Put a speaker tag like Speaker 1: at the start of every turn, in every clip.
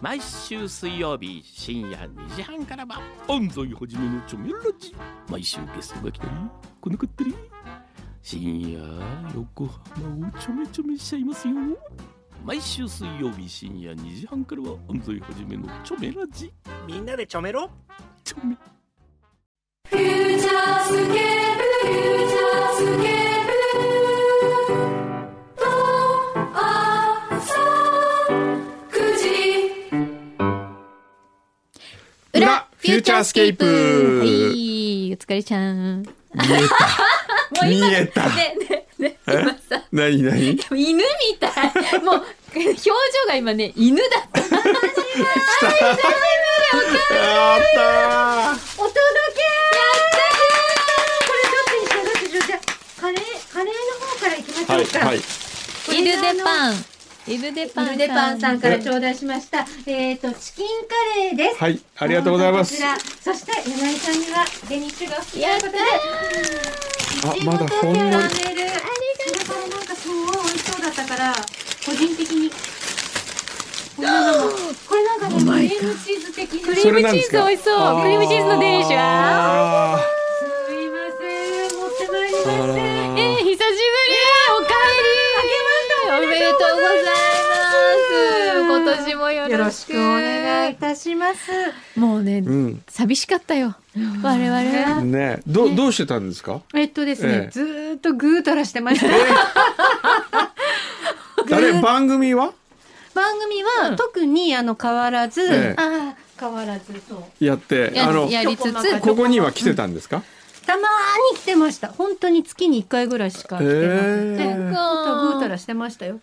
Speaker 1: 毎週水曜日深夜2時半からは安西はじめのチョメラジ毎週ゲストが来たり来なかったり深夜横浜をちょめちょめしちゃいますよ毎週水曜日深夜2時半からは安西はじめのチョメラジ
Speaker 2: みんなでちょめろ
Speaker 1: チョメ
Speaker 3: フューチャースケープ、フューチャースケープ、と、あ、さ、くじ。
Speaker 4: 裏フューチャースケープ
Speaker 5: はい、お疲れちゃん。
Speaker 4: 見えた。見えた。
Speaker 5: ね、ね、ね、今さ、
Speaker 4: なになに。
Speaker 5: 犬みたい。もう、表情が今ね、犬だった。
Speaker 4: あっ
Speaker 5: お
Speaker 6: こ
Speaker 5: 届
Speaker 6: れどっちにしようどっちにしようじゃあカレーカレーの方からいきましょう
Speaker 4: た。
Speaker 6: か
Speaker 4: はい、、はい。
Speaker 6: こ
Speaker 5: け
Speaker 6: れ
Speaker 5: イル
Speaker 6: で
Speaker 5: デパン。イルデ
Speaker 6: あ
Speaker 5: パン
Speaker 6: のル
Speaker 5: さん。
Speaker 6: デパンさんから頂戴しましたえっ、とチキンカレーです
Speaker 4: はい、ありがとうございます
Speaker 6: こ。ちらそして柳井さんにはデニッシュがお好きとい
Speaker 5: やっ
Speaker 6: う
Speaker 5: た
Speaker 6: こ
Speaker 5: ー
Speaker 6: とで
Speaker 4: あ、まだほんのり。
Speaker 6: キャラメルありがとうなんかすごい美味しそうだったから個人的にこんなのもこれなんかねクリームチーズ的な
Speaker 5: クリ
Speaker 4: そ
Speaker 5: ー
Speaker 4: れ
Speaker 5: ム
Speaker 4: なん
Speaker 5: チ
Speaker 4: で
Speaker 5: ー
Speaker 4: す
Speaker 5: ズ美
Speaker 4: か
Speaker 5: 味しそう。クリームチーズのデニッシュ。あ
Speaker 4: あ
Speaker 6: すいません持ってまいりま
Speaker 4: ー
Speaker 6: し
Speaker 4: あ
Speaker 6: た
Speaker 5: ー
Speaker 4: ら
Speaker 5: えー、久しぶり。おかえり。あけました。おめでとうございます。今年もよ
Speaker 6: よ
Speaker 5: ろ
Speaker 6: ろ
Speaker 5: し
Speaker 6: し
Speaker 5: く。
Speaker 6: くお願いいたします。
Speaker 5: もうね
Speaker 4: う、ん。
Speaker 5: 寂しかったよ。我々は。
Speaker 4: ね、ど、どうしてたんですか。
Speaker 6: えっとです
Speaker 4: え
Speaker 6: ね、
Speaker 4: え
Speaker 6: ずーっとぐーたらしてました。
Speaker 4: 誰、番組は。
Speaker 6: 番組は、
Speaker 5: うん
Speaker 6: 特にあの変わらず、
Speaker 4: ええ
Speaker 6: ああ変わらずと
Speaker 4: やって、
Speaker 5: や
Speaker 4: あの。
Speaker 5: やりつつ、
Speaker 4: ここには来てたんですか。
Speaker 6: たまーに来てました。本当に月に一回ぐらいしか来てなくて、
Speaker 4: ええ
Speaker 6: 本当ぐーたらしてましたよ。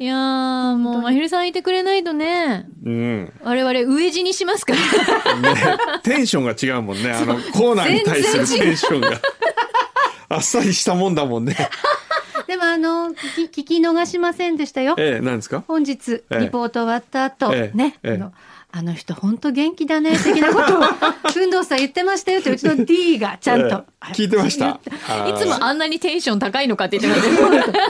Speaker 5: いやー、もう、まひるさんいてくれないとね、
Speaker 4: うん。 ね、
Speaker 5: 我々、飢え死にしますから。
Speaker 4: テンションが違うもんね。あのコーナーに対するテンションが。 あっさりしたもんだもんね。
Speaker 6: でもあの聞き聞き逃しませんでしたよ。
Speaker 4: ええ、なんですか。
Speaker 6: 本日
Speaker 4: ええ
Speaker 6: リポート終わった後、
Speaker 4: ええ
Speaker 6: ね、
Speaker 4: ええ
Speaker 6: あのあの人本当元気だね的なことを 運動さん言ってましたよってうちの D がちゃんと、
Speaker 4: ええ聞いてました。あ
Speaker 5: い
Speaker 4: ー
Speaker 5: つもあんなにテンション高いのかって言ってますよ。
Speaker 6: 頑張って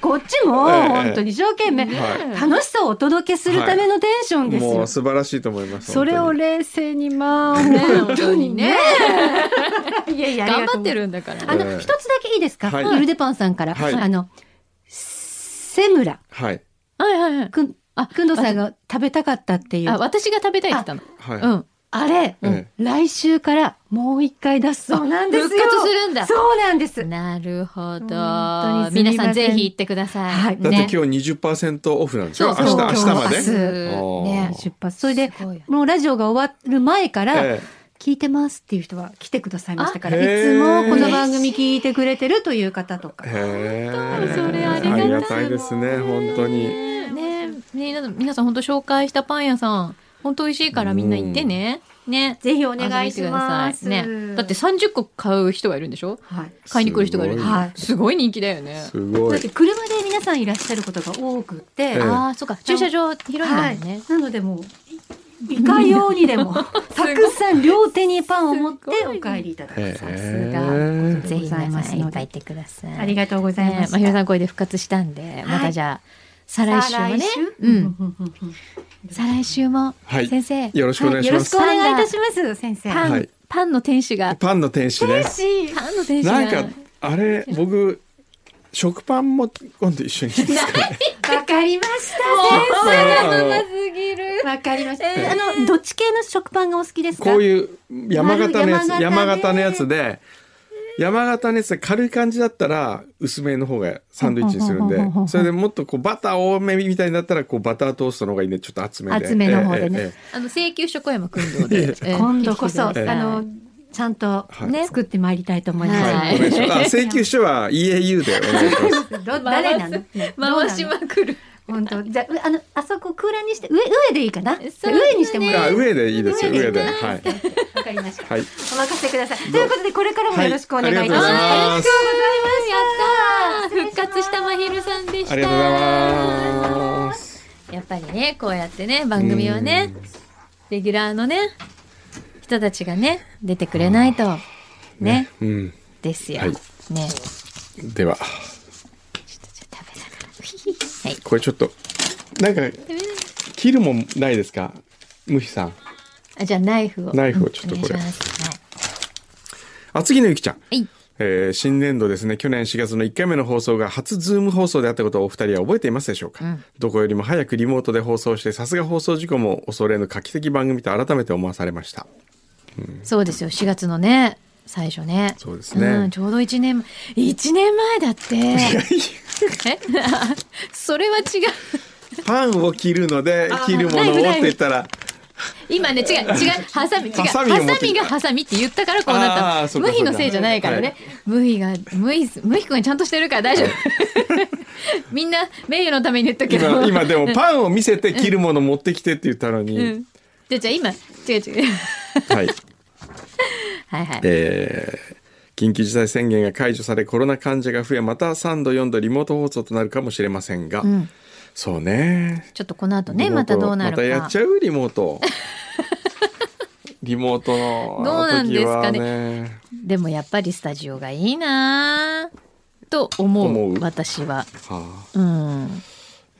Speaker 6: こっちも
Speaker 4: ええ
Speaker 6: 本当に一生懸命、
Speaker 4: は
Speaker 6: 楽しさをお届けするためのテンションですよ。
Speaker 4: もう素晴らしいと思います。
Speaker 6: それを
Speaker 4: 本
Speaker 6: 冷静にま あね
Speaker 5: 本
Speaker 6: 本
Speaker 5: 当
Speaker 6: 当
Speaker 5: に
Speaker 6: に
Speaker 5: ね
Speaker 6: ね。いやいや
Speaker 5: 頑張って
Speaker 6: る。
Speaker 5: るんだから。
Speaker 6: あ
Speaker 4: ええ
Speaker 6: の一つだけいいですか。
Speaker 4: はい
Speaker 6: ゆるでパンさんから
Speaker 4: はい
Speaker 6: あのセムラ
Speaker 4: 当に。はい。
Speaker 5: はいはいはい。
Speaker 6: くん
Speaker 5: あ
Speaker 6: くんどうさんが食べたかったってい
Speaker 5: あ、
Speaker 6: う。
Speaker 5: 私が食べたいって言ったの。
Speaker 4: はい。
Speaker 5: うん。
Speaker 6: あれ
Speaker 4: え
Speaker 6: 来週からもう一回出すそうなんですよ。
Speaker 5: 復活するんだ。
Speaker 6: そうなんです。
Speaker 5: なるほ
Speaker 6: 本
Speaker 5: ど。
Speaker 6: 当にすみま
Speaker 5: 皆
Speaker 6: せん
Speaker 5: さん、ぜひ行ってください。
Speaker 6: はい
Speaker 4: だって
Speaker 5: ね
Speaker 4: 今日20%オフなんです
Speaker 5: そ
Speaker 4: よ。
Speaker 5: うそ
Speaker 4: 明日、
Speaker 5: う今
Speaker 4: 明日ま
Speaker 6: 今日
Speaker 4: で。
Speaker 5: 明日
Speaker 4: おー
Speaker 6: ね出発。それです
Speaker 5: ごいよね
Speaker 6: もうラジオが終わる前から
Speaker 4: え
Speaker 6: 聞いてますっていう人は来てくださいましたから。
Speaker 4: あへ
Speaker 6: い
Speaker 4: え
Speaker 6: つもこの番組聞いてくれてるという方とか
Speaker 4: え。。へ
Speaker 5: 当
Speaker 4: え
Speaker 5: それありがたい
Speaker 4: ありがたいですね、本当に。
Speaker 5: ねね皆さん皆さん、本当紹介したパン屋さん、本当美味しいからみんな行ってね。ね。
Speaker 6: ぜひお
Speaker 5: お
Speaker 6: 願いします。
Speaker 5: ね。だって、30個買う人がいるんでしょ
Speaker 6: はい。
Speaker 5: 買いに来る人がいる。
Speaker 4: す
Speaker 6: い
Speaker 4: ご
Speaker 5: はいすごい人気だよね。
Speaker 4: すご
Speaker 6: だ
Speaker 4: い
Speaker 6: っ。て車で皆さんいらっしゃることが多くて、
Speaker 4: ええ
Speaker 5: ああ、そうか。駐車場広いんだも
Speaker 6: は
Speaker 5: ん
Speaker 6: い
Speaker 5: ね。。
Speaker 6: なのでもう、いいかようにで も、たくさん両手にパンを持って
Speaker 5: すごい
Speaker 6: お帰りいただきます。
Speaker 4: え
Speaker 6: ぜひ皆さんいっぱい行
Speaker 5: ってください
Speaker 6: ありがとうござい
Speaker 5: ね
Speaker 6: ま
Speaker 5: え
Speaker 6: す。
Speaker 5: まひろさんこれで復活したんで、またじゃあ、再来週もね。うん。再来週も、
Speaker 4: はい
Speaker 5: 先生、
Speaker 4: よろしくお願いし
Speaker 6: よろ
Speaker 4: ま
Speaker 6: し
Speaker 4: す
Speaker 6: くお。願いいたします、先生。
Speaker 5: パン、
Speaker 4: はい
Speaker 5: パンの天使が、
Speaker 4: パンの天使ね。
Speaker 5: パンの天使が。
Speaker 4: なんか、あれ、僕、食パンも今度一緒にいいですかね。
Speaker 6: わかりまし
Speaker 4: あ
Speaker 5: すぎる。
Speaker 6: た。わかりました。あの、どっち系の食パンがお好きです
Speaker 4: の
Speaker 6: か
Speaker 4: こういう山形のやつ、
Speaker 6: 丸
Speaker 4: 山
Speaker 6: 山形ね
Speaker 4: 形のやつで、山形のやつで軽い感じだったら薄めの方がサンドイッチにするんで
Speaker 6: ほうほうほうほうほう
Speaker 4: それでもっとこうバター多めみたいになったらこうバタートーストの方がいいんでちょっと厚めで
Speaker 6: 厚めの方でね
Speaker 4: えええ
Speaker 5: あの、請求書小山君堂で。ええ
Speaker 6: 今度こそ、あ
Speaker 5: 来てください
Speaker 6: の、ちゃんと
Speaker 4: はい
Speaker 5: ね
Speaker 6: 作ってまいりたいと思いま
Speaker 4: え
Speaker 6: す。
Speaker 4: はい、お願いしますあ請求書は EAU でお願いします
Speaker 6: ど誰なのね
Speaker 5: 回しまくる。
Speaker 6: 本当じゃあうあのあそこ空欄にして上上でいいかな、
Speaker 5: そうですね
Speaker 6: 上にして もら
Speaker 4: あ
Speaker 6: う
Speaker 4: 上でいいですよ上ではい
Speaker 6: わかりました
Speaker 4: はい
Speaker 6: お任せくださいということでこれからもよろしくお願いいたします、
Speaker 4: はいありがとうございます
Speaker 5: やったー復活したまひるさんでした。
Speaker 4: ありがとうございます
Speaker 5: やっぱりね、こうやってね、番組はね、レギュラーのね、人たちがね、出てくれないと、ね、
Speaker 4: うん
Speaker 5: ですよ。
Speaker 4: はい
Speaker 5: ね、
Speaker 4: では
Speaker 5: ちょっと食べながら。
Speaker 4: これちょっとなんか切るもんないですかムヒさん
Speaker 5: あじゃあナイフを。
Speaker 4: ナイフをちょっとこれ
Speaker 5: うんお願いしますはい
Speaker 4: 厚木のゆきちゃん。
Speaker 5: はい
Speaker 4: えー新年度ですね、去年4月の1回目の放送が初ズーム放送であったことをお二人は覚えていますでしょうか、どこよりも早くリモートで放送して、さすが放送事故も恐れぬ画期的番組と改めて思わされま した。
Speaker 5: そうですよ4月のね最初ね
Speaker 4: そうですね
Speaker 5: ん、ちょうど1年1年前だっ てえ それは違う
Speaker 4: パンを切るので、切るものをって言ったら、
Speaker 5: 今ね違う 違うハサミ違う
Speaker 4: ハ
Speaker 5: ハ
Speaker 4: サ
Speaker 5: サ
Speaker 4: ミを持ってき
Speaker 5: ミ
Speaker 4: た
Speaker 5: がハサミって言ったからこうな
Speaker 4: あー
Speaker 5: っ
Speaker 4: そ
Speaker 5: た
Speaker 4: う
Speaker 5: の
Speaker 4: か
Speaker 5: 無比
Speaker 4: そう
Speaker 5: の
Speaker 4: か
Speaker 5: せいじゃないからね無比が無比無比くんがちゃんとしてるから大 丈夫みんな名誉のために言ったけど
Speaker 4: 今、今で もパンを見せて切るもの持ってきてって言ったのに、
Speaker 5: うんじゃあじゃあ今違う違う
Speaker 4: はい。
Speaker 5: はいはい
Speaker 4: えー緊急事態宣言が解除されコロナ患者が増えまた3度4度リモート放送となるかもしれませんが、そうね
Speaker 5: ちょっとこの後ね
Speaker 4: リモー
Speaker 5: ま
Speaker 4: ト
Speaker 5: たどうなるか
Speaker 4: またやっちゃうリモー トリモート
Speaker 5: どうな
Speaker 4: の
Speaker 5: ん
Speaker 4: 時
Speaker 5: です
Speaker 4: は
Speaker 5: かね
Speaker 4: ね
Speaker 5: でもやっぱりスタジオがいいなあと思う
Speaker 4: 思う
Speaker 5: 私は。
Speaker 4: はあ
Speaker 5: うん。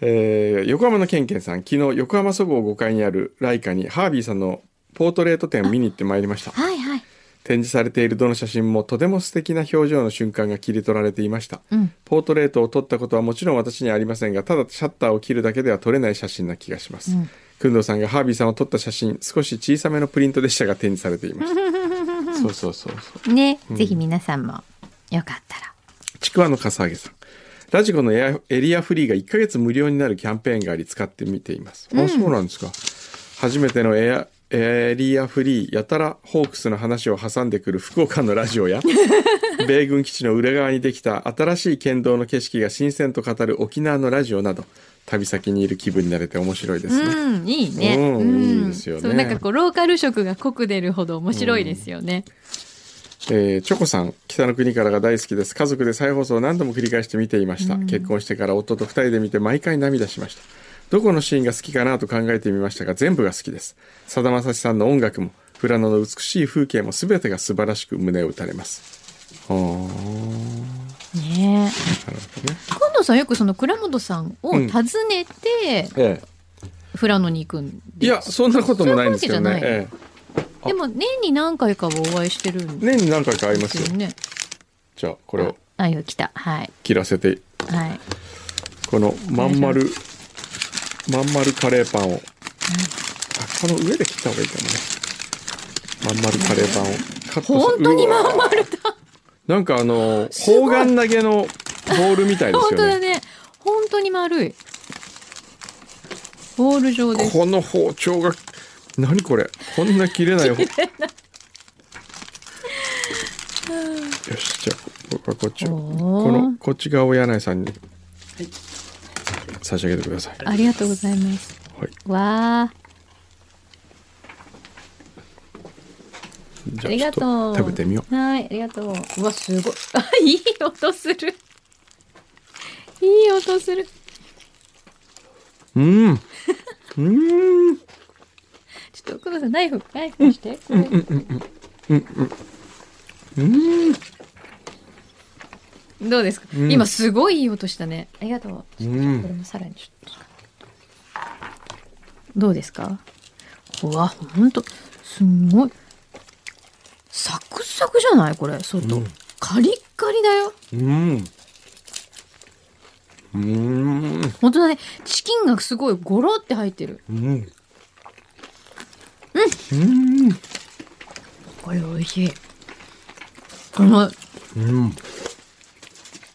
Speaker 4: えー横浜のケンケンさん昨日横浜そごう5階にあるライカにハービーさんのポートレート展を見に行ってまいりました
Speaker 5: はいはい。
Speaker 4: 展示されているどの写真もとても素敵な表情の瞬間が切り取られていました、
Speaker 5: ん
Speaker 4: ポートレートを撮ったことはもちろん私にはありませんがただシャッターを切るだけでは撮れない写真な気がします、くんどうさんがハービーさんを撮った写真少し小さめのプリントでしたが展示されていました そうそうそうそう
Speaker 5: ね、ぜひ皆さんもよかったら。
Speaker 4: ちくわのかさあげさんラジコのエアエリアフリーが1ヶ月無料になるキャンペーンがあり使ってみています、あそうなんですか初めてのエアエリアフリーやたらホークスの話を挟んでくる福岡のラジオ や米軍基地の裏側にできた新しい県道の景色が新鮮と語る沖縄のラジオなど旅先にいる気分になれて面白いですね、
Speaker 5: うん、いいね。
Speaker 4: うん
Speaker 5: うん
Speaker 4: いいですよね
Speaker 5: そうなんかこうローカル色が濃く出るほど面白いですよね。
Speaker 4: えーチョコさん北の国からが大好きです家族で再放送を何度も繰り返して見ていました、結婚してから夫と2人で見て毎回涙しましたどこのシーンが好きかなと考えてみましたが全部が好きですさだまさしさんの音楽も富良野の美しい風景も全てが素晴らしく胸を打たれますああなるほ
Speaker 5: ねえ。
Speaker 4: どね
Speaker 5: 今度さんよくその倉本さんを訪ねて、
Speaker 4: え
Speaker 5: 富良野に行くん
Speaker 4: えい
Speaker 5: で。
Speaker 4: やそんなこともないんですけど
Speaker 5: そ
Speaker 4: ね
Speaker 5: ういうわけじゃない
Speaker 4: ええ
Speaker 5: でも年に何回かはお会いしてるんで
Speaker 4: 年に何回かあります
Speaker 5: す
Speaker 4: よ
Speaker 5: よね。
Speaker 4: じゃあこれを
Speaker 5: あ、よ来た。はい
Speaker 4: 切らせて
Speaker 5: はい。
Speaker 4: このまん丸まん丸カレーパンを、あこの上で切った方がいいかもねまん丸カレーパンをカットする
Speaker 5: 本当にまん
Speaker 4: うわ
Speaker 5: 丸だ。
Speaker 4: なんかあの砲丸投げのボールみたいです
Speaker 5: 本当
Speaker 4: よ
Speaker 5: だ
Speaker 4: ね
Speaker 5: ね本当に丸いボール状です
Speaker 4: この包丁が何これこんな切れないよしじゃあここっちを
Speaker 5: お
Speaker 4: こ
Speaker 5: ー
Speaker 4: のこっち側を柳井さんに差し上げてください、
Speaker 5: ありがとうございます
Speaker 4: はい、
Speaker 5: わあ
Speaker 4: じゃあ
Speaker 5: あり
Speaker 4: ちょっ
Speaker 5: がと
Speaker 4: と
Speaker 5: う
Speaker 4: 食べてみよう
Speaker 5: はいありがとううわすごい あいい音する いい音する
Speaker 4: うん。うん。
Speaker 5: ちょっと奥野さんナイフナイフにしてこれどうですか、
Speaker 4: ん
Speaker 5: 今すごいいい音したねありがとう
Speaker 4: うん
Speaker 5: これもさらにちょっとどうですかうわほんとすんごいサクサクじゃないこれ外、カリッカリだよ
Speaker 4: うん。うん。
Speaker 5: 本当だねチキンがすごいゴロって入ってる
Speaker 4: うん。
Speaker 5: これ美味しいこの
Speaker 4: うん。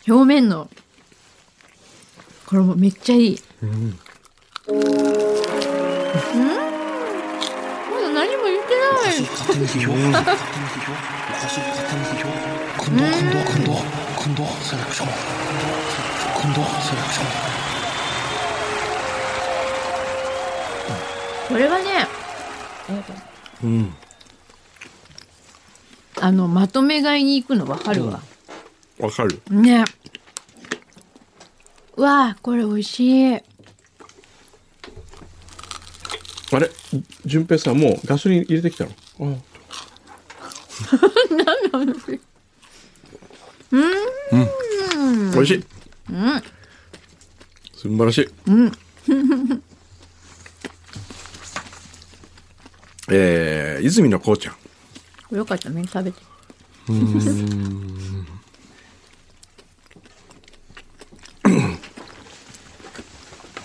Speaker 5: 表面のこれもめっちゃいい
Speaker 4: うん。
Speaker 5: まだ何も言ってないこれはね
Speaker 4: うん。
Speaker 5: あのまとめ買いに行くの分かるわ、
Speaker 4: わかる。
Speaker 5: ねう わあこれ美味しい
Speaker 4: あれ、順平さんもうガソリン入れてきたの。ああ。何の話。うん。うん。美味しい。うん。素晴らしい。えー、泉のこうちゃん。
Speaker 5: よかったみんな食べて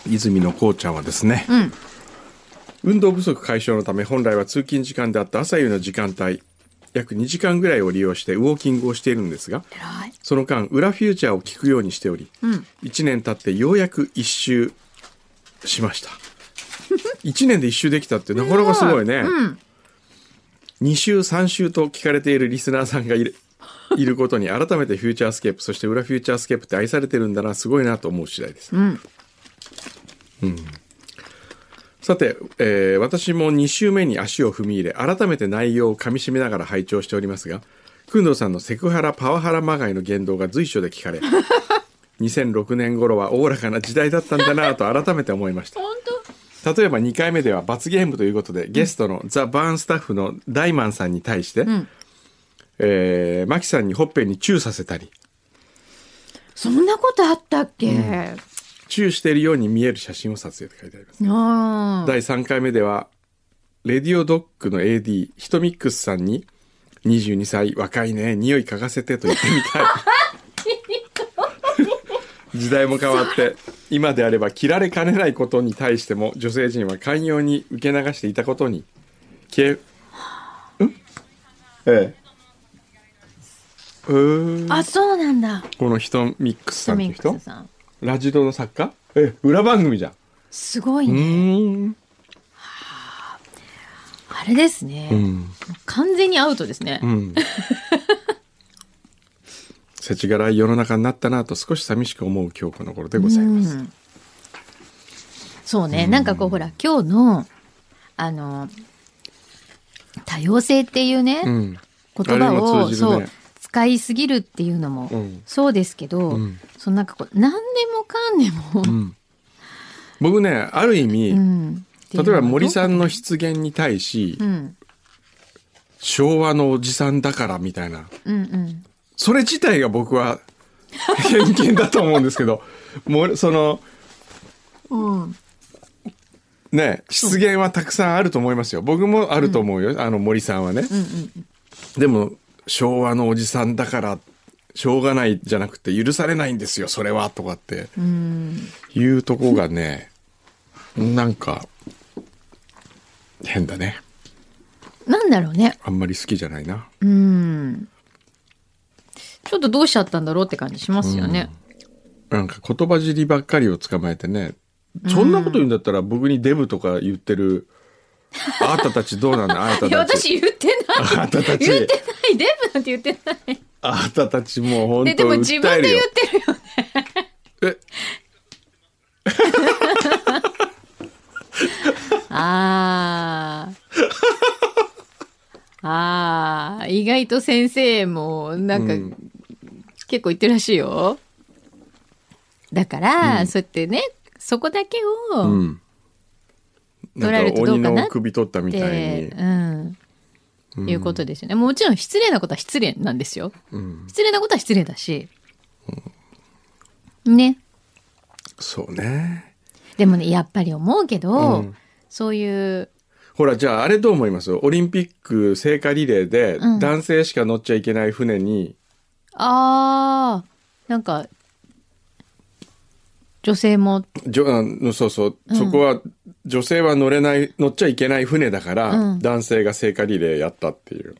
Speaker 4: 泉のこうちゃんはですね、
Speaker 5: うん
Speaker 4: 運動不足解消のため本来は通勤時間であった朝夕の時間帯約2時間ぐらいを利用してウォーキングをしているんですが
Speaker 5: 偉い
Speaker 4: その間裏フューチャーを聞くようにしており、
Speaker 5: ん
Speaker 4: 1年経ってようやく1周しました 1年で1周できたってなかなかすごいね、
Speaker 5: うん
Speaker 4: 2週3週と聞かれているリスナーさんがいる いることに改めてフューチャースケープそして裏フューチャースケープって愛されてるんだなすごいなと思う次第です、
Speaker 5: うんうん
Speaker 4: さて、えー私も2週目に足を踏み入れ改めて内容をかみしめながら拝聴しておりますが工藤さんのセクハラパワハラまがいの言動が随所で聞かれ2006年頃はおおらかな時代だったんだなと改めて思いました
Speaker 5: 本
Speaker 4: 例えば2回目では罰ゲームということでゲストのザ・バーンスタッフのダイマンさんに対して、
Speaker 5: ん
Speaker 4: えーマキさんにほっぺにチューさせたり
Speaker 5: 当そんなことあったっけ、
Speaker 4: チューしているように見える写真を撮影と書いてあります、
Speaker 5: ああ
Speaker 4: 第3回目ではレディオドッグの AD ヒトミックスさんに22歳若いね匂い嗅がせてと言ってみ たい時代も変わって今であれば切られかねないことに対しても女性陣は寛容に受け流していたことにけんええうーん
Speaker 5: あそうなんだ
Speaker 4: このヒトミックスさんっていう
Speaker 5: ミック
Speaker 4: 人
Speaker 5: スさん
Speaker 4: ラジオの作家え裏番組じゃん
Speaker 5: すごいうね、
Speaker 4: ーん
Speaker 5: あれですね、
Speaker 4: うん
Speaker 5: 完全にアウトですね、
Speaker 4: うん。世知辛い世の中になったなと少し寂しく思う今日この頃でございます。
Speaker 5: うんそうね、なんかこうほら今日のあの多様性っていうね、
Speaker 4: うん。
Speaker 5: 言葉
Speaker 4: あれにも
Speaker 5: を、
Speaker 4: 通じるね
Speaker 5: そう使いすぎるっていうのも、
Speaker 4: うん
Speaker 5: そうですけど、
Speaker 4: うん
Speaker 5: そのなんかこう何でもかんでも、
Speaker 4: うん。僕ね、ある意味、
Speaker 5: うん
Speaker 4: 例えば森さん、
Speaker 5: っ、
Speaker 4: の失言に対して
Speaker 5: いうのはどう
Speaker 4: 昭和のおじさんだからみたいな、
Speaker 5: うんうんうん
Speaker 4: それ自体が僕は 偏見だと思うんですけど、もうその、
Speaker 5: うん、
Speaker 4: ね、失言はたくさんあると思いますよ。僕もあると思うよ、あの森さんはね。でも、昭和のおじさんだから、しょうがないじゃなくて、許されないんですよ、それは、とかって、いうとこがね、なんか、変だね。
Speaker 5: なんだろうね
Speaker 4: あんまり好きじゃないな。
Speaker 5: うんちょっとどうしちゃったんだろうって感じしますよね、
Speaker 4: なんか言葉尻ばっかりを捕まえてね、そんなこと言うんだったら僕にデブとか言ってる、あなたたちどうなんだあなた
Speaker 5: いや
Speaker 4: たち。
Speaker 5: 私言ってない
Speaker 4: あなたた
Speaker 5: 言って
Speaker 4: ち、
Speaker 5: ないデブなんて言ってない
Speaker 4: あなたたちもう本
Speaker 5: でで
Speaker 4: 当
Speaker 5: も自
Speaker 4: 訴え
Speaker 5: 分
Speaker 4: る
Speaker 5: で言
Speaker 4: よ
Speaker 5: っ。てるよね
Speaker 4: え、
Speaker 5: ああああ意外と先生もなんか、
Speaker 4: うん
Speaker 5: 結構言ってるらしいよだから、そうやってねそこだけを、
Speaker 4: うん。
Speaker 5: 取られるとどうかなって
Speaker 4: ん鬼の首取ったみたい
Speaker 5: で
Speaker 4: に。
Speaker 5: うんいうことですよね。もちろん失礼なことは失礼なんですよ。
Speaker 4: うん、
Speaker 5: 失礼なことは失礼だし。ね。
Speaker 4: そうね。
Speaker 5: でもね、やっぱり思うけど、
Speaker 4: うん
Speaker 5: そういう、
Speaker 4: ほら、じゃああれどう思いますオリンピック聖火リレーで
Speaker 5: うん
Speaker 4: 男性しか乗っちゃいけない船に、
Speaker 5: あー、なんか、女性も、
Speaker 4: じょあのそうそう、そこは女性は乗れない、乗っちゃいけない船だから、
Speaker 5: うん
Speaker 4: 男性が聖火リレーやったっていう。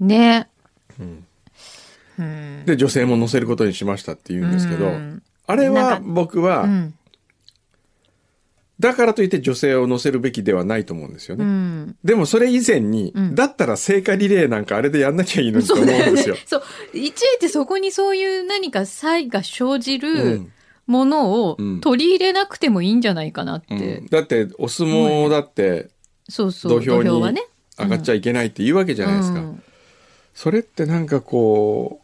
Speaker 5: ね。
Speaker 4: で、女性も乗せることにしましたって言うんですけど、
Speaker 5: うん
Speaker 4: あれ
Speaker 5: な
Speaker 4: は
Speaker 5: んか
Speaker 4: 僕は、
Speaker 5: うん。
Speaker 4: だからといって女性を乗せるべきではないと思うんですよね。
Speaker 5: うん。
Speaker 4: でもそれ以前に、
Speaker 5: ん
Speaker 4: だったら聖火リレーなんかあれでやんなきゃいいのにと
Speaker 5: そ
Speaker 4: 思う
Speaker 5: うんだよ
Speaker 4: ですよ
Speaker 5: ね。。そう。いちいちそこにそういう何か差が生じ
Speaker 4: う
Speaker 5: る
Speaker 4: ん
Speaker 5: ものを
Speaker 4: うん
Speaker 5: 取り入れなくてもいいんじゃないかなって。
Speaker 4: うんだってお相撲だって
Speaker 5: そうそう。
Speaker 4: 土俵に
Speaker 5: はね。
Speaker 4: 上がっちゃいけないって言うわけじゃないですか、
Speaker 5: うん
Speaker 4: それってなんかこ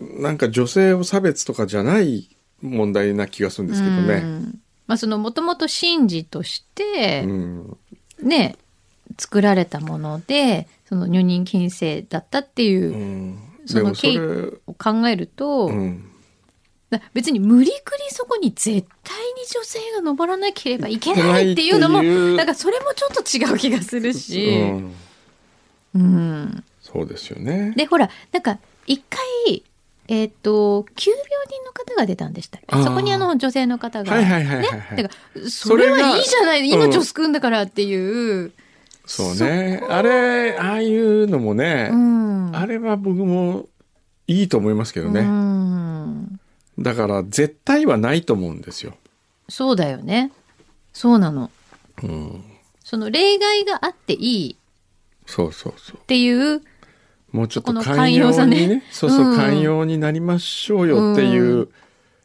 Speaker 4: うなんか女性を差別とかじゃない問題な気がするんですけど
Speaker 5: う
Speaker 4: ね、
Speaker 5: んまあそのもともと神事として
Speaker 4: う、ん
Speaker 5: ね作られたものでその女人禁制だったっていううんその
Speaker 4: でもそれ
Speaker 5: 経を考えると、
Speaker 4: うん
Speaker 5: だ別に無理くりそこに絶対に女性が登らなければいけないっていうのも
Speaker 4: いけないっていう
Speaker 5: だからそれもちょっと違う気がするし、
Speaker 4: うん、
Speaker 5: うん、
Speaker 4: そうですよね。
Speaker 5: でほらなんか一回えっ、と急病人の方が出たんでしたっけ
Speaker 4: あー
Speaker 5: そこにあの女性の方が、
Speaker 4: はいはいはいはいはい
Speaker 5: ねだからそれ
Speaker 4: それが
Speaker 5: はいいじゃない
Speaker 4: うん
Speaker 5: 命を救うんだからっていう、
Speaker 4: そうね。あれ、ああいうのもね、
Speaker 5: うん、
Speaker 4: あれは僕もいいと思いますけどね。
Speaker 5: うん
Speaker 4: だから絶対はないと思うんですよ。
Speaker 5: そうだよねそうなの
Speaker 4: うん、
Speaker 5: その例外があっていい
Speaker 4: そうそうそう
Speaker 5: っ。ていう
Speaker 4: もうちょっと
Speaker 5: そこの
Speaker 4: 寛
Speaker 5: 寛容
Speaker 4: 容
Speaker 5: さ
Speaker 4: に
Speaker 5: ね
Speaker 4: ね、そうそう、
Speaker 5: うん
Speaker 4: 寛容になりましょうよっていうう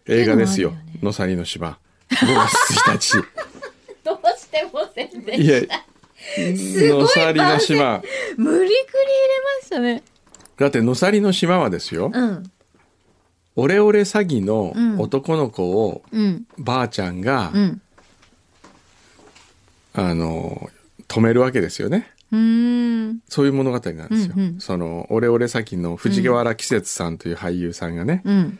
Speaker 4: 映画ですよ
Speaker 5: っていうのもあるよね。
Speaker 4: 野サリの芝。5月1
Speaker 5: どうしても宣
Speaker 4: 日。いえ、
Speaker 5: 伝
Speaker 4: 野サリの島。
Speaker 5: 無理くり入れましたね
Speaker 4: だって野サリの島はですよ、
Speaker 5: うん
Speaker 4: オレオレ詐欺の
Speaker 5: うん
Speaker 4: 男の子を
Speaker 5: うん
Speaker 4: ばあちゃんが、
Speaker 5: うん
Speaker 4: あの、止めるわけですよね。
Speaker 5: うーん
Speaker 4: そういう物語なんですよ。
Speaker 5: うんうん
Speaker 4: その、オレオレ詐欺の藤原季節さんという俳優さんがね、
Speaker 5: うん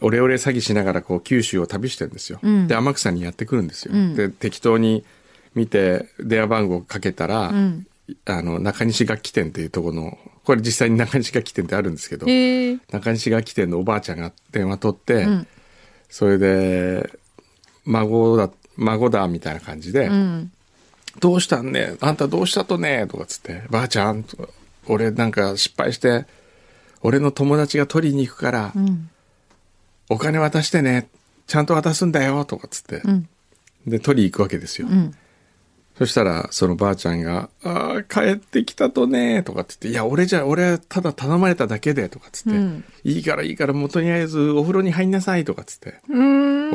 Speaker 4: オレオレ詐欺しながらこう九州を旅してるんですよ、
Speaker 5: うん
Speaker 4: で天草にやってくるんですよ、
Speaker 5: うん
Speaker 4: で適当に見て電話番号かけたら、
Speaker 5: うん
Speaker 4: あの中西楽器店っていうところのこれ実際に中西楽器店ってあるんですけど
Speaker 5: へえ
Speaker 4: 中西楽器店のおばあちゃんが電話取って、
Speaker 5: うん
Speaker 4: それで孫だ孫だみたいな感じで、
Speaker 5: うん
Speaker 4: どうしたんねあんたどうしたとねとかつって、ばあちゃん、とか俺なんか失敗して、俺の友達が取りに行くから、
Speaker 5: ん
Speaker 4: お金渡してね、ちゃんと渡すんだよ、とかつって、
Speaker 5: ん
Speaker 4: で、取り行くわけですよ。
Speaker 5: ん
Speaker 4: そしたら、そのばあちゃんが、ああ、帰ってきたとね、とかって言って、いや、俺じゃ、俺はただ頼まれただけで、とかつって、
Speaker 5: うん
Speaker 4: いいからいいから、もうとりあえずお風呂に入んなさい、とかつって、
Speaker 5: うー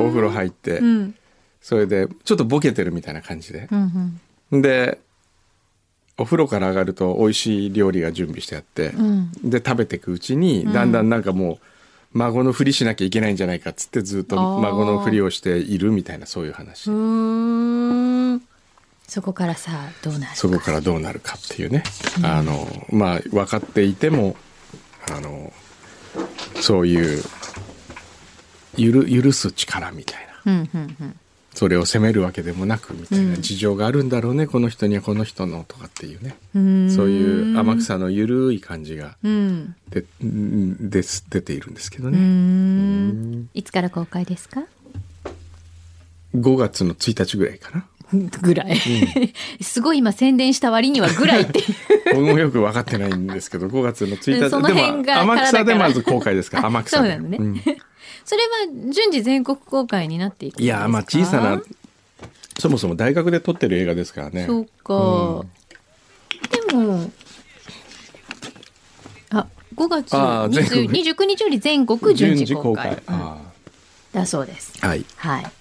Speaker 5: ん
Speaker 4: お風呂入って、
Speaker 5: うん
Speaker 4: それで、ちょっとボケてるみたいな感じで
Speaker 5: う、ん
Speaker 4: でお風呂から上がると美味しい料理が準備してあって、
Speaker 5: ん
Speaker 4: で食べていくうちにだんだんなんかもう孫のふりしなきゃいけないんじゃないかっつってずっと
Speaker 5: あー
Speaker 4: 孫のふりをしているみたいなそういう話、
Speaker 5: うんうーんそこからさどうなる
Speaker 4: そこからどうなるかっていうね、あのまあ分かっていてもあのそういうゆる許す力みたいな
Speaker 5: うんうんうん
Speaker 4: それを責めるわけでもなくみたいな事情があるんだろうね、この人にはこの人のとかっていうねそういう天草のゆるい感じが
Speaker 5: うん
Speaker 4: でんです出ているんですけど
Speaker 5: うー
Speaker 4: ね、
Speaker 5: んいつから公開ですか
Speaker 4: 5月の1日ぐらいかな
Speaker 5: ぐらい、すごい今宣伝した割にはぐらい っていう
Speaker 4: 僕もよく分かってないんですけど5月の1日
Speaker 5: その辺
Speaker 4: で
Speaker 5: が
Speaker 4: も天
Speaker 5: 体
Speaker 4: 草
Speaker 5: か
Speaker 4: で
Speaker 5: ら
Speaker 4: まず公開ですから天草で
Speaker 5: そうなのね
Speaker 4: ん
Speaker 5: それは順次全国公開になっていくん
Speaker 4: い
Speaker 5: ですか
Speaker 4: やまあ小さなそもそも大学で撮ってる映画ですからね
Speaker 5: そうか、でもあ5月
Speaker 4: あー全
Speaker 5: 20
Speaker 4: 国
Speaker 5: 29日より全国順次公開
Speaker 4: 順次あ
Speaker 5: だそうです
Speaker 4: ーはい
Speaker 5: はい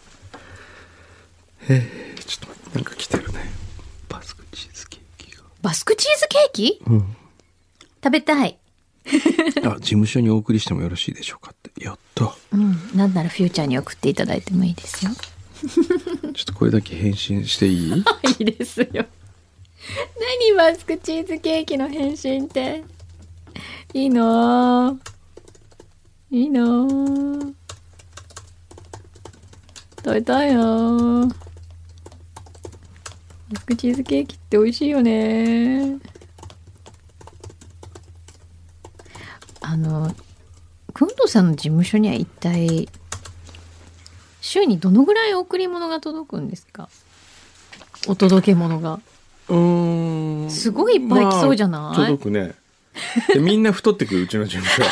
Speaker 4: ちょっと待ってなんか来てるねバスクチーズケーキが
Speaker 5: バスクチーズケーキ、食べたい、
Speaker 4: あ事務所にお送りしてもよろしいでしょうかってやった
Speaker 5: うん、なんならフューチャーに送っていただいてもいいですよ
Speaker 4: ちょっとこれだけ返信していい
Speaker 5: いいですよ何バスクチーズケーキの返信っていいのいいの食べたいなバスクチーズケーキって美味しいよねあのくんどさんの事務所には一体週にどのぐらい贈り物が届くんですかお届け物が
Speaker 4: うーん
Speaker 5: すごいいっぱい来そうじゃない
Speaker 4: まあ届くねでみんな太ってくるうちの順 平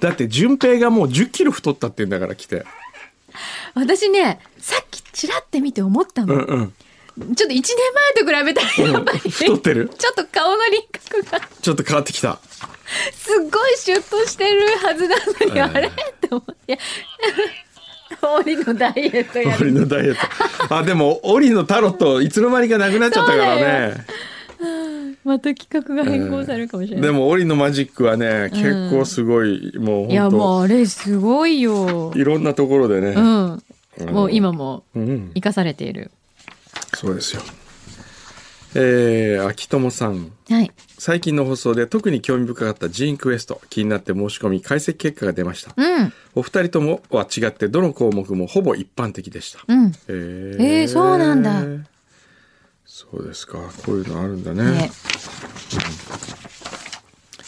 Speaker 4: だって順平がもう1 0キロ太ったって言うんだから来て
Speaker 5: 私ねさっきちらって見て思った
Speaker 4: う
Speaker 5: の、
Speaker 4: んうん
Speaker 5: ちょっと1年前と比べたらやっぱり、
Speaker 4: 太ってる
Speaker 5: ちょっと顔の輪郭が
Speaker 4: ちょっと変わってきた
Speaker 5: すっごいシュッとしてるはずなのに
Speaker 4: うん
Speaker 5: あれって思って森のダイエットや
Speaker 4: 俺
Speaker 5: る
Speaker 4: のダイエットあでも檻のタロットいつの間にかなくなっちゃったからね
Speaker 5: また企画が変更されるかもしれない、
Speaker 4: でも檻のマジックはね結構すごい、もう
Speaker 5: いや
Speaker 4: 本
Speaker 5: も
Speaker 4: 当
Speaker 5: うあれすごいよ
Speaker 4: いろんなところでね、
Speaker 5: うんもう
Speaker 4: の
Speaker 5: 今も
Speaker 4: うん
Speaker 5: 生かされている
Speaker 4: そうですよ。ええー、秋友さん。
Speaker 5: はい。
Speaker 4: 最近の放送で特に興味深かったジーンクエスト気になって申し込み解析結果が出ました
Speaker 5: うん。
Speaker 4: お二人ともは違ってどの項目もほぼ一般的でした、
Speaker 5: うん。
Speaker 4: え
Speaker 5: えーそうなんだ
Speaker 4: そうですかこういうのあるんだね
Speaker 5: ね。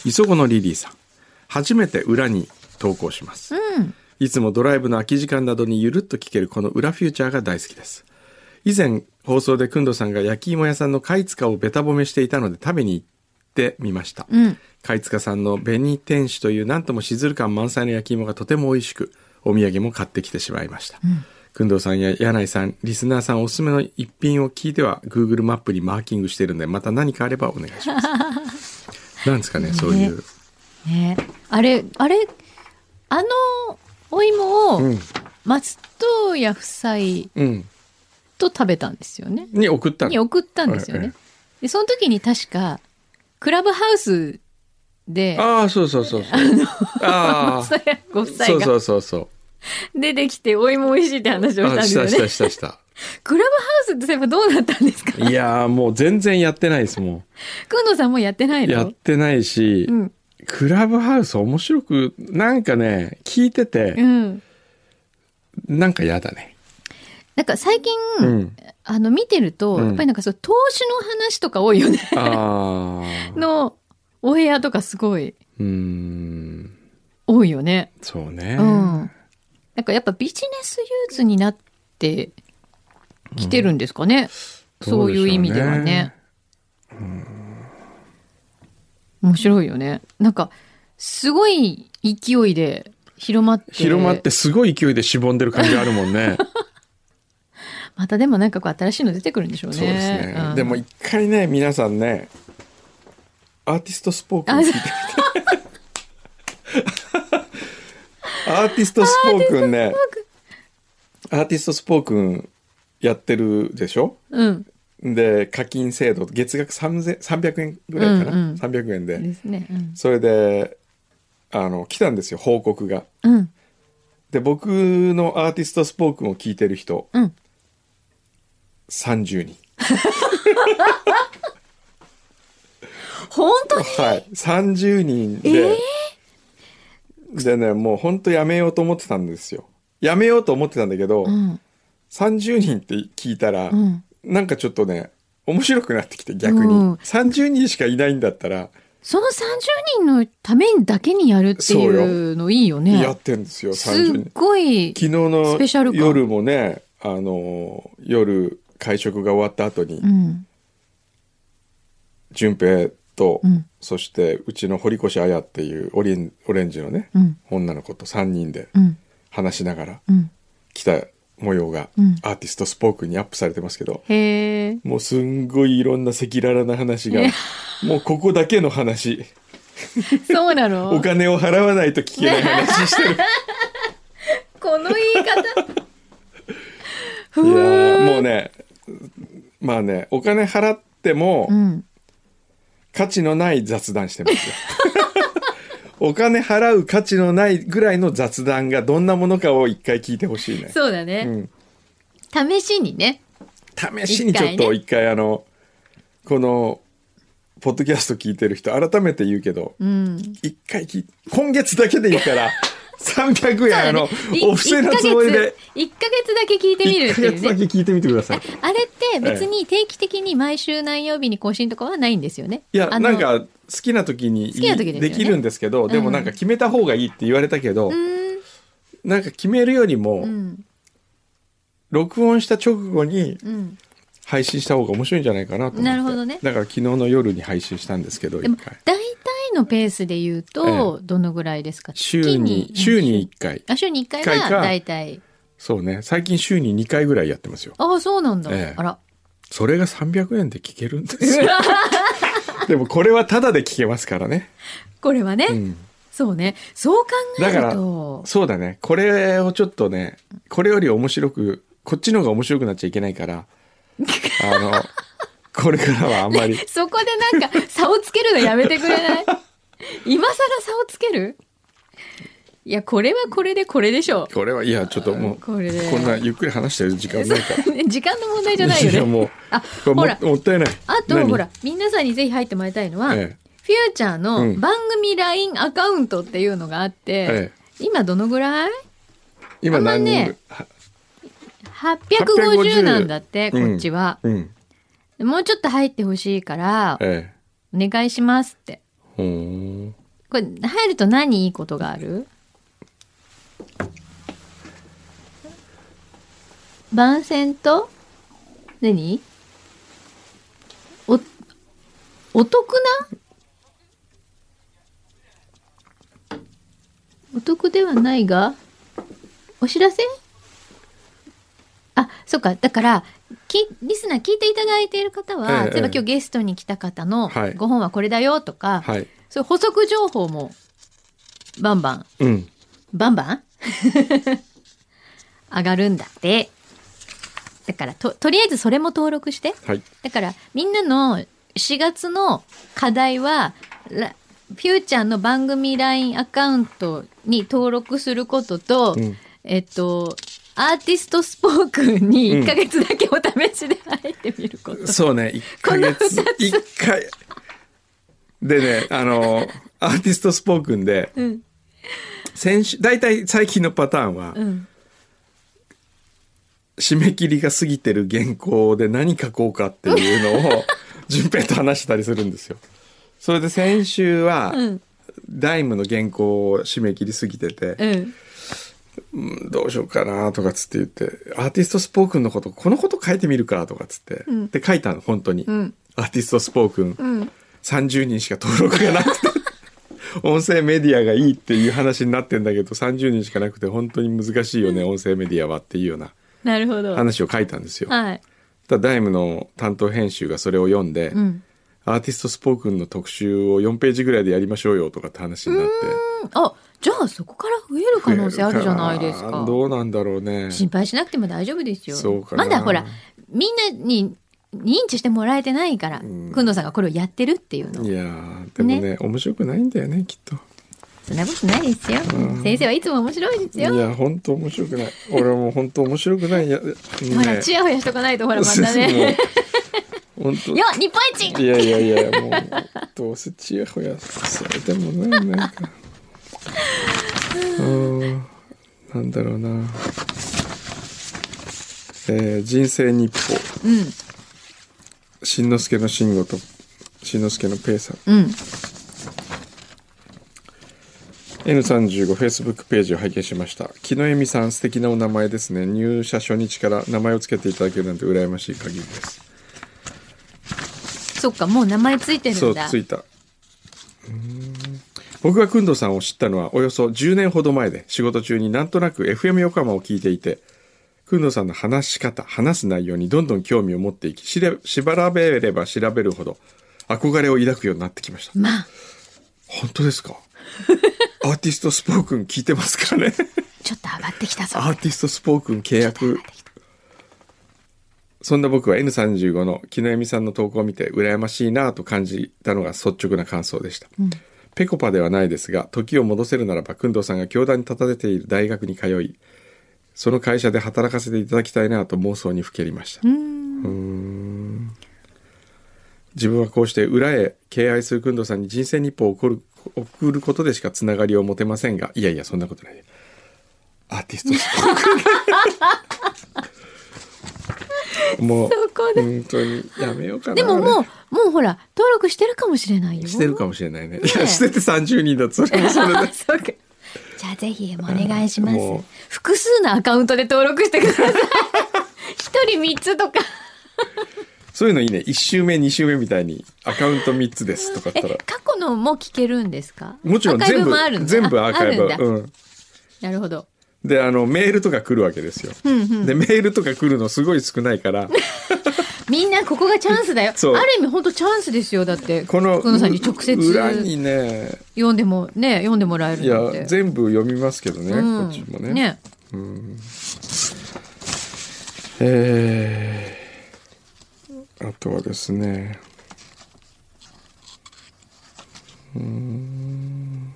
Speaker 4: 磯子のリリーさん初めて裏に投稿します、
Speaker 5: うん。
Speaker 4: いつもドライブの空き時間などにゆるっと聞けるこの裏フューチャーが大好きです。以前放送でくんどさんが焼き芋屋さんの貝塚をベタ褒めしていたので食べに行ってみました。
Speaker 5: うん。
Speaker 4: 貝塚さんの紅天使というなんともしずる感満載の焼き芋がとても美味しく、お土産も買ってきてしまいました。くんどさんや柳井さん、リスナーさんおすすめの一品を聞いては Google マップにマーキングしてるんで、また何かあればお願いし ます。なんですかね、そういう。
Speaker 5: ねあれ、あれ、あのお芋
Speaker 4: う
Speaker 5: を
Speaker 4: ん。
Speaker 5: 松任谷夫妻
Speaker 4: うん。
Speaker 5: と食べたんですよね。
Speaker 4: に送ったの
Speaker 5: に送ったんですよ
Speaker 4: え
Speaker 5: ね
Speaker 4: え。
Speaker 5: で、その時に確か、クラブハウスで、
Speaker 4: ああ、そうそうそうそう。あ
Speaker 5: 松任谷ご夫
Speaker 4: あ、そ
Speaker 5: 妻
Speaker 4: う
Speaker 5: が
Speaker 4: そうそうそう。
Speaker 5: 出てきて、お芋美味しいって話をしたん
Speaker 4: あ、
Speaker 5: で
Speaker 4: し
Speaker 5: すよ
Speaker 4: たした
Speaker 5: ね。
Speaker 4: したした。
Speaker 5: クラブハウスってそういえばどうだったんですか
Speaker 4: いやーもう全然やってないですも
Speaker 5: くんのさんもやってない
Speaker 4: ん。
Speaker 5: の
Speaker 4: やってないし、
Speaker 5: うん。
Speaker 4: クラブハウス面白く、なんかね、聞いて
Speaker 5: う
Speaker 4: て、
Speaker 5: ん。
Speaker 4: なんかやだね。
Speaker 5: なんか最近、
Speaker 4: うん。
Speaker 5: あの、見てると、
Speaker 4: うん
Speaker 5: やっぱりなんかそう、投資の話とか多いよね。
Speaker 4: ああ。
Speaker 5: の、お部屋とかすごい。
Speaker 4: うーん。
Speaker 5: 多いよね。
Speaker 4: そうね。
Speaker 5: うん。なんかやっぱビジネスユーズになってきてるんですかね。
Speaker 4: ど
Speaker 5: そうう
Speaker 4: でしょ
Speaker 5: いうう
Speaker 4: ね
Speaker 5: 意味ではね。面白いよね。なんか、すごい勢いで広まって。
Speaker 4: 広まってすごい勢いでしぼんでる感じあるもん ね。
Speaker 5: またでもなんかこう新しいの出てくるんでしょうね。
Speaker 4: そうですね。
Speaker 5: ん
Speaker 4: でも一回ね、皆さんね、アーティストスポークン聞いてみて。 アーティストスポークンね、アーティストスポークンやってるでしょ
Speaker 5: うん。
Speaker 4: で、課金制度、月額3000 300円ぐらいかな、
Speaker 5: うんうん
Speaker 4: 300円で。
Speaker 5: ですね。
Speaker 4: それで、あの、来たんですよ、報告が。
Speaker 5: うん。うん。
Speaker 4: で、僕のアーティストスポークンを聞いてる人、
Speaker 5: うん。
Speaker 4: 30人。
Speaker 5: 本当に
Speaker 4: はい、30人で、でねもうほんとやめようと思ってたんですよやめようと思ってたんだけど、
Speaker 5: うん。
Speaker 4: 30人って聞いたら、
Speaker 5: うん
Speaker 4: なんかちょっとね面白くなってきて逆に、
Speaker 5: うん
Speaker 4: 30人しかいないんだったら
Speaker 5: その30人のためにだけにやるっていうのいいよね。
Speaker 4: やってるんですよ、
Speaker 5: す
Speaker 4: 30人
Speaker 5: っごい。
Speaker 4: 昨日
Speaker 5: スペシャル
Speaker 4: の
Speaker 5: 感
Speaker 4: 夜もねあのー夜会食が終わった後に
Speaker 5: うん。
Speaker 4: 順平と、
Speaker 5: うん
Speaker 4: そしてうちの堀越綾っていうオレンオレンジのね、
Speaker 5: うん。
Speaker 4: 女の子と3人で
Speaker 5: うん。
Speaker 4: 話しながら
Speaker 5: うん。
Speaker 4: 来た模様が
Speaker 5: うん
Speaker 4: アーティストスポークにアップされてますけど、
Speaker 5: へえ。
Speaker 4: もうすんごいいろんな赤裸々な話が
Speaker 5: ね
Speaker 4: もうここだけの 話
Speaker 5: そうなの
Speaker 4: お金を払わないと聞けない話してる
Speaker 5: この言い方。
Speaker 4: いや
Speaker 5: ふ
Speaker 4: ー
Speaker 5: ー
Speaker 4: もうねまあねお金払っても
Speaker 5: うん。
Speaker 4: 価値のない雑談してますよ お金払う価値のないぐらいの雑談がどんなものかを一回聞いてほしいね、
Speaker 5: そうだ
Speaker 4: う
Speaker 5: ね。
Speaker 4: ん、
Speaker 5: 試しにね。
Speaker 4: 試しにちょっと一回あのこのポッドキャスト聞いてる人改めて言うけど、
Speaker 5: うん。
Speaker 4: 一回き今月だけでいいから 300円あの、
Speaker 5: い
Speaker 4: お布施のつもりで
Speaker 5: 一ヶ月一ヶ月だけ聞いてみるっ
Speaker 4: 1
Speaker 5: て
Speaker 4: ヶ
Speaker 5: い
Speaker 4: 月
Speaker 5: う
Speaker 4: だ
Speaker 5: ね。
Speaker 4: け聞いてみてください
Speaker 5: あれって別に定期的に毎週何曜日に更新とかはないんですよね。
Speaker 4: いや
Speaker 5: あの
Speaker 4: なん、か好きな時に
Speaker 5: 好きな時ですよね
Speaker 4: できるんですけどでもなんか決めた方がいいって言われたけど、
Speaker 5: うーん。
Speaker 4: なんか決めるよりも、
Speaker 5: うん。
Speaker 4: 録音した直後に
Speaker 5: うん。
Speaker 4: 配信した方が面白いんじゃないかなと思って
Speaker 5: なるほどね
Speaker 4: だから昨日の夜に配信したんですけど
Speaker 5: でも
Speaker 4: 一回、
Speaker 5: 大体のペースで言うと、どのぐらいですか
Speaker 4: 週に
Speaker 5: 月
Speaker 4: 週に1回
Speaker 5: あ、週に1回
Speaker 4: 一回か
Speaker 5: は大体。
Speaker 4: そうね最近週に2回ぐらいやってますよ
Speaker 5: ああ、そうなんだ。
Speaker 4: ええ
Speaker 5: あら。
Speaker 4: それが300円で聞けるんです よでもこれはタダで聞けますからね
Speaker 5: これはね、
Speaker 4: うん
Speaker 5: そうね。そう考え
Speaker 4: だ
Speaker 5: る
Speaker 4: から
Speaker 5: と、
Speaker 4: そうだね。これをちょっとね、これより面白く、こっちの方が面白くなっちゃいけない から、あの、これからはあんまり、
Speaker 5: そこで なんか差をつけるのやめてくれない今更差をつけるいやこれはこれでこれでしょ
Speaker 4: これはいやちょっともう
Speaker 5: これで
Speaker 4: こんなゆっくり話してる時間ないから
Speaker 5: う ね時間の問題じゃないよね
Speaker 4: やもう
Speaker 5: あ
Speaker 4: これも
Speaker 5: ほら
Speaker 4: もったいない
Speaker 5: あと
Speaker 4: 何
Speaker 5: ほら皆さんにぜひ入ってもらいたいのは、
Speaker 4: ええ
Speaker 5: フューチャー
Speaker 4: う
Speaker 5: の
Speaker 4: ん
Speaker 5: 番組 LINE アカウントっていうのがあって
Speaker 4: え、
Speaker 5: 今どのぐらい
Speaker 4: 今
Speaker 5: あんま
Speaker 4: 何人
Speaker 5: ね
Speaker 4: ぐは
Speaker 5: ?850 なんだって、
Speaker 4: うん
Speaker 5: こっちは、
Speaker 4: うん
Speaker 5: もうちょっと入ってほしいから、
Speaker 4: ええ
Speaker 5: お願いしますって。
Speaker 4: ほーん
Speaker 5: これ、入ると何いいことがある番宣と、何お、お得なお得ではないが、お知らせあ、そっか。だから、きリスナー聞いていただいている方は、
Speaker 4: ええ
Speaker 5: 例えば
Speaker 4: ええ
Speaker 5: 今日ゲストに来た方の
Speaker 4: はい
Speaker 5: ご本はこれだよとか、
Speaker 4: はい
Speaker 5: そういう補足情報も、バンバン、
Speaker 4: うん
Speaker 5: バンバン 上がるんだって。だからと、とりあえずそれも登録して。
Speaker 4: はい
Speaker 5: だから、みんなの4月の課題は、らフューチャーの番組 LINE アカウントに登録することと、
Speaker 4: うん
Speaker 5: えっと、アーティストスポークンに
Speaker 4: うん
Speaker 5: 1ヶ月だけお試しで入ってみること。
Speaker 4: そうね、1ヶ月、1回。でね、あの、アーティストスポークンで、
Speaker 5: うん。
Speaker 4: 先週、大体最近のパターンは
Speaker 5: う、ん。
Speaker 4: 締め切りが過ぎてる原稿で何書こうかっていう のを、順平と話したりするんですよ。それで先週は、
Speaker 5: うん。
Speaker 4: ダイムの原稿を締め切り過ぎてて、
Speaker 5: うん。
Speaker 4: うんどうしようかなとかつって言って、アーティストスポークンのこと、このこと書いてみるかとかつって、
Speaker 5: ん
Speaker 4: で書いたの、本当に。
Speaker 5: うん。
Speaker 4: アーティストスポークン。
Speaker 5: うん。
Speaker 4: 30人しか登録がなくて音声メディアがいいっていう話になってんだけど30人しかなくて本当に難しいよね音声メディアはっていうような
Speaker 5: なるほど。
Speaker 4: 話を書いたんですよ。
Speaker 5: はい。
Speaker 4: ただダイムの担当編集がそれを読んで、
Speaker 5: うん。
Speaker 4: アーティストスポークンの特集を4ページぐらいでやりましょうよとかって話になって。
Speaker 5: あ、じゃあそこから増える可能性あるじゃないですか。
Speaker 4: どうなんだろうね。
Speaker 5: 心配しなくても大丈夫ですよ。
Speaker 4: そうかな
Speaker 5: まだほら、みんなに認知してもらえてないから、く
Speaker 4: ん
Speaker 5: んどうさんがこれをやってるっていうの
Speaker 4: い。やーでもね面白くないんだよねきっと。
Speaker 5: そんなことないですよ。先生はいつも面白いです
Speaker 4: い
Speaker 5: よ。
Speaker 4: や本当面白くない。俺もう本当面白くないや。ね
Speaker 5: ほら、チヤホヤしとかないとほら、またね。。
Speaker 4: もう本当
Speaker 5: よ、日本一
Speaker 4: いやいやいや、もう、どうせちやほやされてもない、なんか。うん、なんだろうな。えー人生日報。しんのすけの慎吾と、しんのすけのペイさん。
Speaker 5: うん、うん。
Speaker 4: N35 Facebook ページを拝見しました。木野恵美さん、素敵なお名前ですね。入社初日から名前をつけていただけるなんて羨ましい限りです。
Speaker 5: そっか、もう名前ついてる
Speaker 4: そ
Speaker 5: ん
Speaker 4: う
Speaker 5: だ。
Speaker 4: ついたうーん僕が工藤さんを知ったのはおよそ10年ほど前で仕事中になんとなく FM 横浜を聞いていて工藤さんの話し方話す内容にどんどん興味を持っていきしれしばらべれば調べるほど憧れを抱くようになってきました
Speaker 5: まあ、
Speaker 4: 本当ですか アーティストスポークン聞いてますかね
Speaker 5: ちょっと上がってきたぞ。
Speaker 4: アーティストスポークン契約そんな僕は N35 の木野恵美さんの投稿を見て羨ましいなぁと感じたのが率直な感想でした、ペコパではないですが時を戻せるならば工藤さんが教団に立たれている大学に通いその会社で働かせていただきたいなぁと妄想にふけりましたうーん自分はこうして裏へ敬愛する工藤さんに人生日報を送る送ることでしかつながりを持てませんがいやいやそんなことないアーティストスポークもう
Speaker 5: そこで
Speaker 4: 本当にやめようかな
Speaker 5: でもも
Speaker 4: あ
Speaker 5: う、もうほら、登録してるかもしれないよ。
Speaker 4: れしてるか
Speaker 5: も。
Speaker 4: もしれないね
Speaker 5: ね
Speaker 4: いやしてて30人だとそれもそれで
Speaker 5: そうか。じゃあぜひお願いします
Speaker 4: もう。
Speaker 5: 複数のアカウントで登録してください。一人三つとか。
Speaker 4: そういうのいいね1周目2周目みたいにアカウント3つですとかだ
Speaker 5: え、
Speaker 4: ったら
Speaker 5: 過去のも聞けるんですか
Speaker 4: もちろん
Speaker 5: アーカイ
Speaker 4: 全
Speaker 5: ブもあるん
Speaker 4: 部
Speaker 5: だ
Speaker 4: 全部アーカイブ
Speaker 5: ああるんだ
Speaker 4: うん
Speaker 5: なるほど。
Speaker 4: であのメールとか来るわけですよ、でメールとか来るのすごい少ない から
Speaker 5: みんなここがチャンスだよ。あ
Speaker 4: そう
Speaker 5: る意味本当チャンスですよ。だって、
Speaker 4: この
Speaker 5: 久野さんに直接
Speaker 4: 裏にね
Speaker 5: 読んでも、ね、読んでもらえる
Speaker 4: い
Speaker 5: なん
Speaker 4: や
Speaker 5: て。
Speaker 4: 全部読みますけどね、
Speaker 5: うん
Speaker 4: こっちもね
Speaker 5: ね。
Speaker 4: えーあとはですねうーん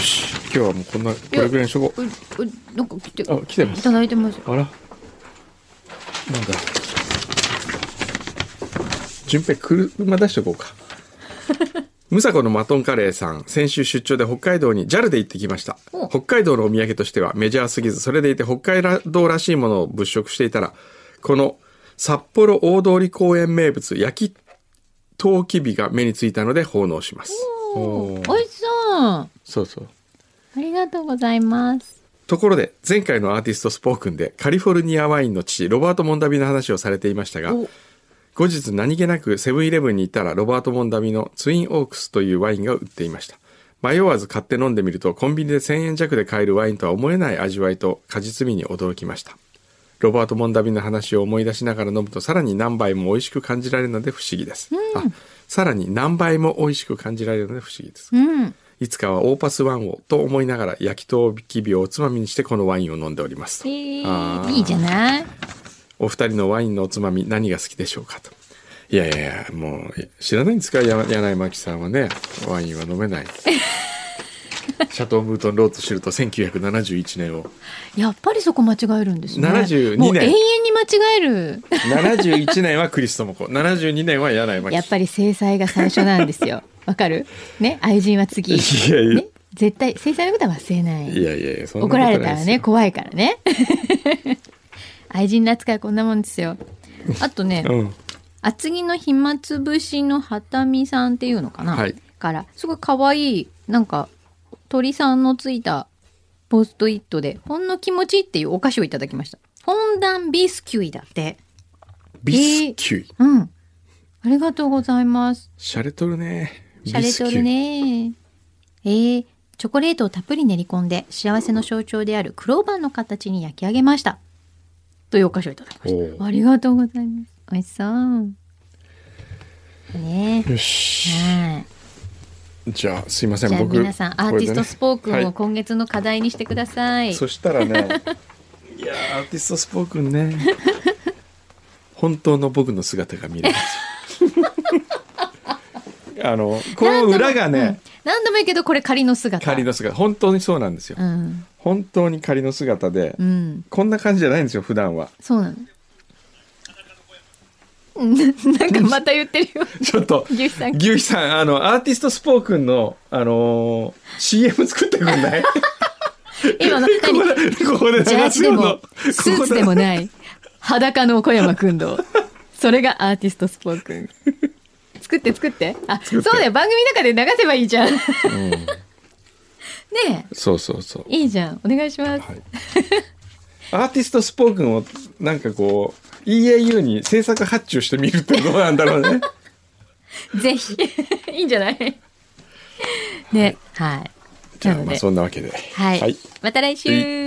Speaker 4: し今日はもうこんなこれぐらいにしとこ
Speaker 5: ううなんか来て
Speaker 4: うあ来てま
Speaker 5: い
Speaker 4: す
Speaker 5: ただいてますよ
Speaker 4: あらなんだ順平車出しとこうかムサコのマトンカレーさん先週出張で北海道に JAL で行ってきました
Speaker 5: お
Speaker 4: 北海道のお土産としてはメジャーすぎずそれでいて北海道らしいものを物色していたらこの札幌大通公園名物焼きとうきびが目についたので奉納しますおー
Speaker 5: おいしそう
Speaker 4: そうそう
Speaker 5: ありがとうございます。
Speaker 4: ところで前回のアーティストスポークンでカリフォルニアワインの父ロバート・モンダビの話をされていましたが
Speaker 5: お
Speaker 4: 後日何気なくセブンイレブンに行ったらロバート・モンダミのツインオークスというワインが売っていました迷わず買って飲んでみるとコンビニで1000円弱で買えるワインとは思えない味わいと果実味に驚きましたロバート・モンダミの話を思い出しながら飲むとさらに何倍も美味しく感じられるので不思議です、あさらに何倍も美味しく感じられるので不思議です
Speaker 5: うん。
Speaker 4: いつかはオーパスワンをと思いながら焼きとうきびをおつまみにしてこのワインを飲んでおります
Speaker 5: え
Speaker 4: あ
Speaker 5: ー、
Speaker 4: ー
Speaker 5: いいじゃない
Speaker 4: お二人のワインのおつまみ何が好きでしょうかと。いやいやいや、もう知らないんですかや柳井真紀さんはね、ワインは飲め ない。シャトーブートンローズシルト1971年を。
Speaker 5: やっぱりそこ間違えるんですね。
Speaker 4: 72年
Speaker 5: もう永遠に間違える。
Speaker 4: 71年はクリストモコ、72年は柳井真紀。
Speaker 5: やっぱり制裁が最初なんで すよ。わかるね愛人は次。
Speaker 4: いやいや
Speaker 5: ね、絶対、制裁のことは忘れない。
Speaker 4: いやいやいや、そんなこ
Speaker 5: 怒
Speaker 4: と
Speaker 5: ら
Speaker 4: ない
Speaker 5: れ
Speaker 4: です
Speaker 5: たらね、怖いからね。 愛人の扱いこんなもんですよ。あとね、
Speaker 4: うん。
Speaker 5: 厚木の暇つぶしのはたみさんっていうのかな、
Speaker 4: はい
Speaker 5: からすごい可愛いなんか鳥さんのついたポストイットで「ほんの気持ち」っていうお菓子をいただきました本段ビスキュイだって
Speaker 4: ビスキュイ。
Speaker 5: うんありがとうございます
Speaker 4: シャレとるね。
Speaker 5: シャレとるねえーチョコレートをたっぷり練り込んで幸せの象徴であるクローバーの形に焼き上げましたというお菓子をいただきま
Speaker 4: ビスキュイ。
Speaker 5: し
Speaker 4: お
Speaker 5: たありがとうございます美味しそうねえ
Speaker 4: うよし。
Speaker 5: はい
Speaker 4: じゃあ、すいません、
Speaker 5: じゃあ
Speaker 4: 僕。
Speaker 5: 皆さんアーティストスポー
Speaker 4: これ
Speaker 5: ク
Speaker 4: で
Speaker 5: ン
Speaker 4: ね
Speaker 5: を今月の課題にしてください。
Speaker 4: そしたらね いやーアーティストスポークン ね本当の僕の姿が見れます あのこの裏がね
Speaker 5: 何でもいいけどこれ仮の姿。
Speaker 4: 仮の姿本当にそうなんですよ、
Speaker 5: うん
Speaker 4: 本当に仮の姿で、
Speaker 5: うん
Speaker 4: こんな感じじゃないんですよ普段は
Speaker 5: そうなの。 うんなんかまた言って るよ。
Speaker 4: ちょっと
Speaker 5: 牛さん
Speaker 4: 牛さんあのアーティストスポークンの、あのー CM 作ってくんないこ
Speaker 5: 今の
Speaker 4: こ
Speaker 5: 何
Speaker 4: でここで
Speaker 5: ジャー
Speaker 4: 流
Speaker 5: ジ
Speaker 4: す
Speaker 5: で
Speaker 4: よの
Speaker 5: も
Speaker 4: ここ
Speaker 5: スーツでもない裸の小山君堂。それがアーティストスポークン。作って作って。あ、そうだよ番組の中で流せばいいじゃん。 ねえ
Speaker 4: そうそうそう
Speaker 5: いいじゃんお願いします。
Speaker 4: はい、アーティストスポークンをなんかこう EAU に制作発注してみるってどう なんだろうね
Speaker 5: ぜひ。 いいんじゃないね、はい。
Speaker 4: じゃあ
Speaker 5: なの
Speaker 4: まあ
Speaker 5: で
Speaker 4: そんなわけで
Speaker 5: は。
Speaker 4: はい
Speaker 5: また来週。
Speaker 4: は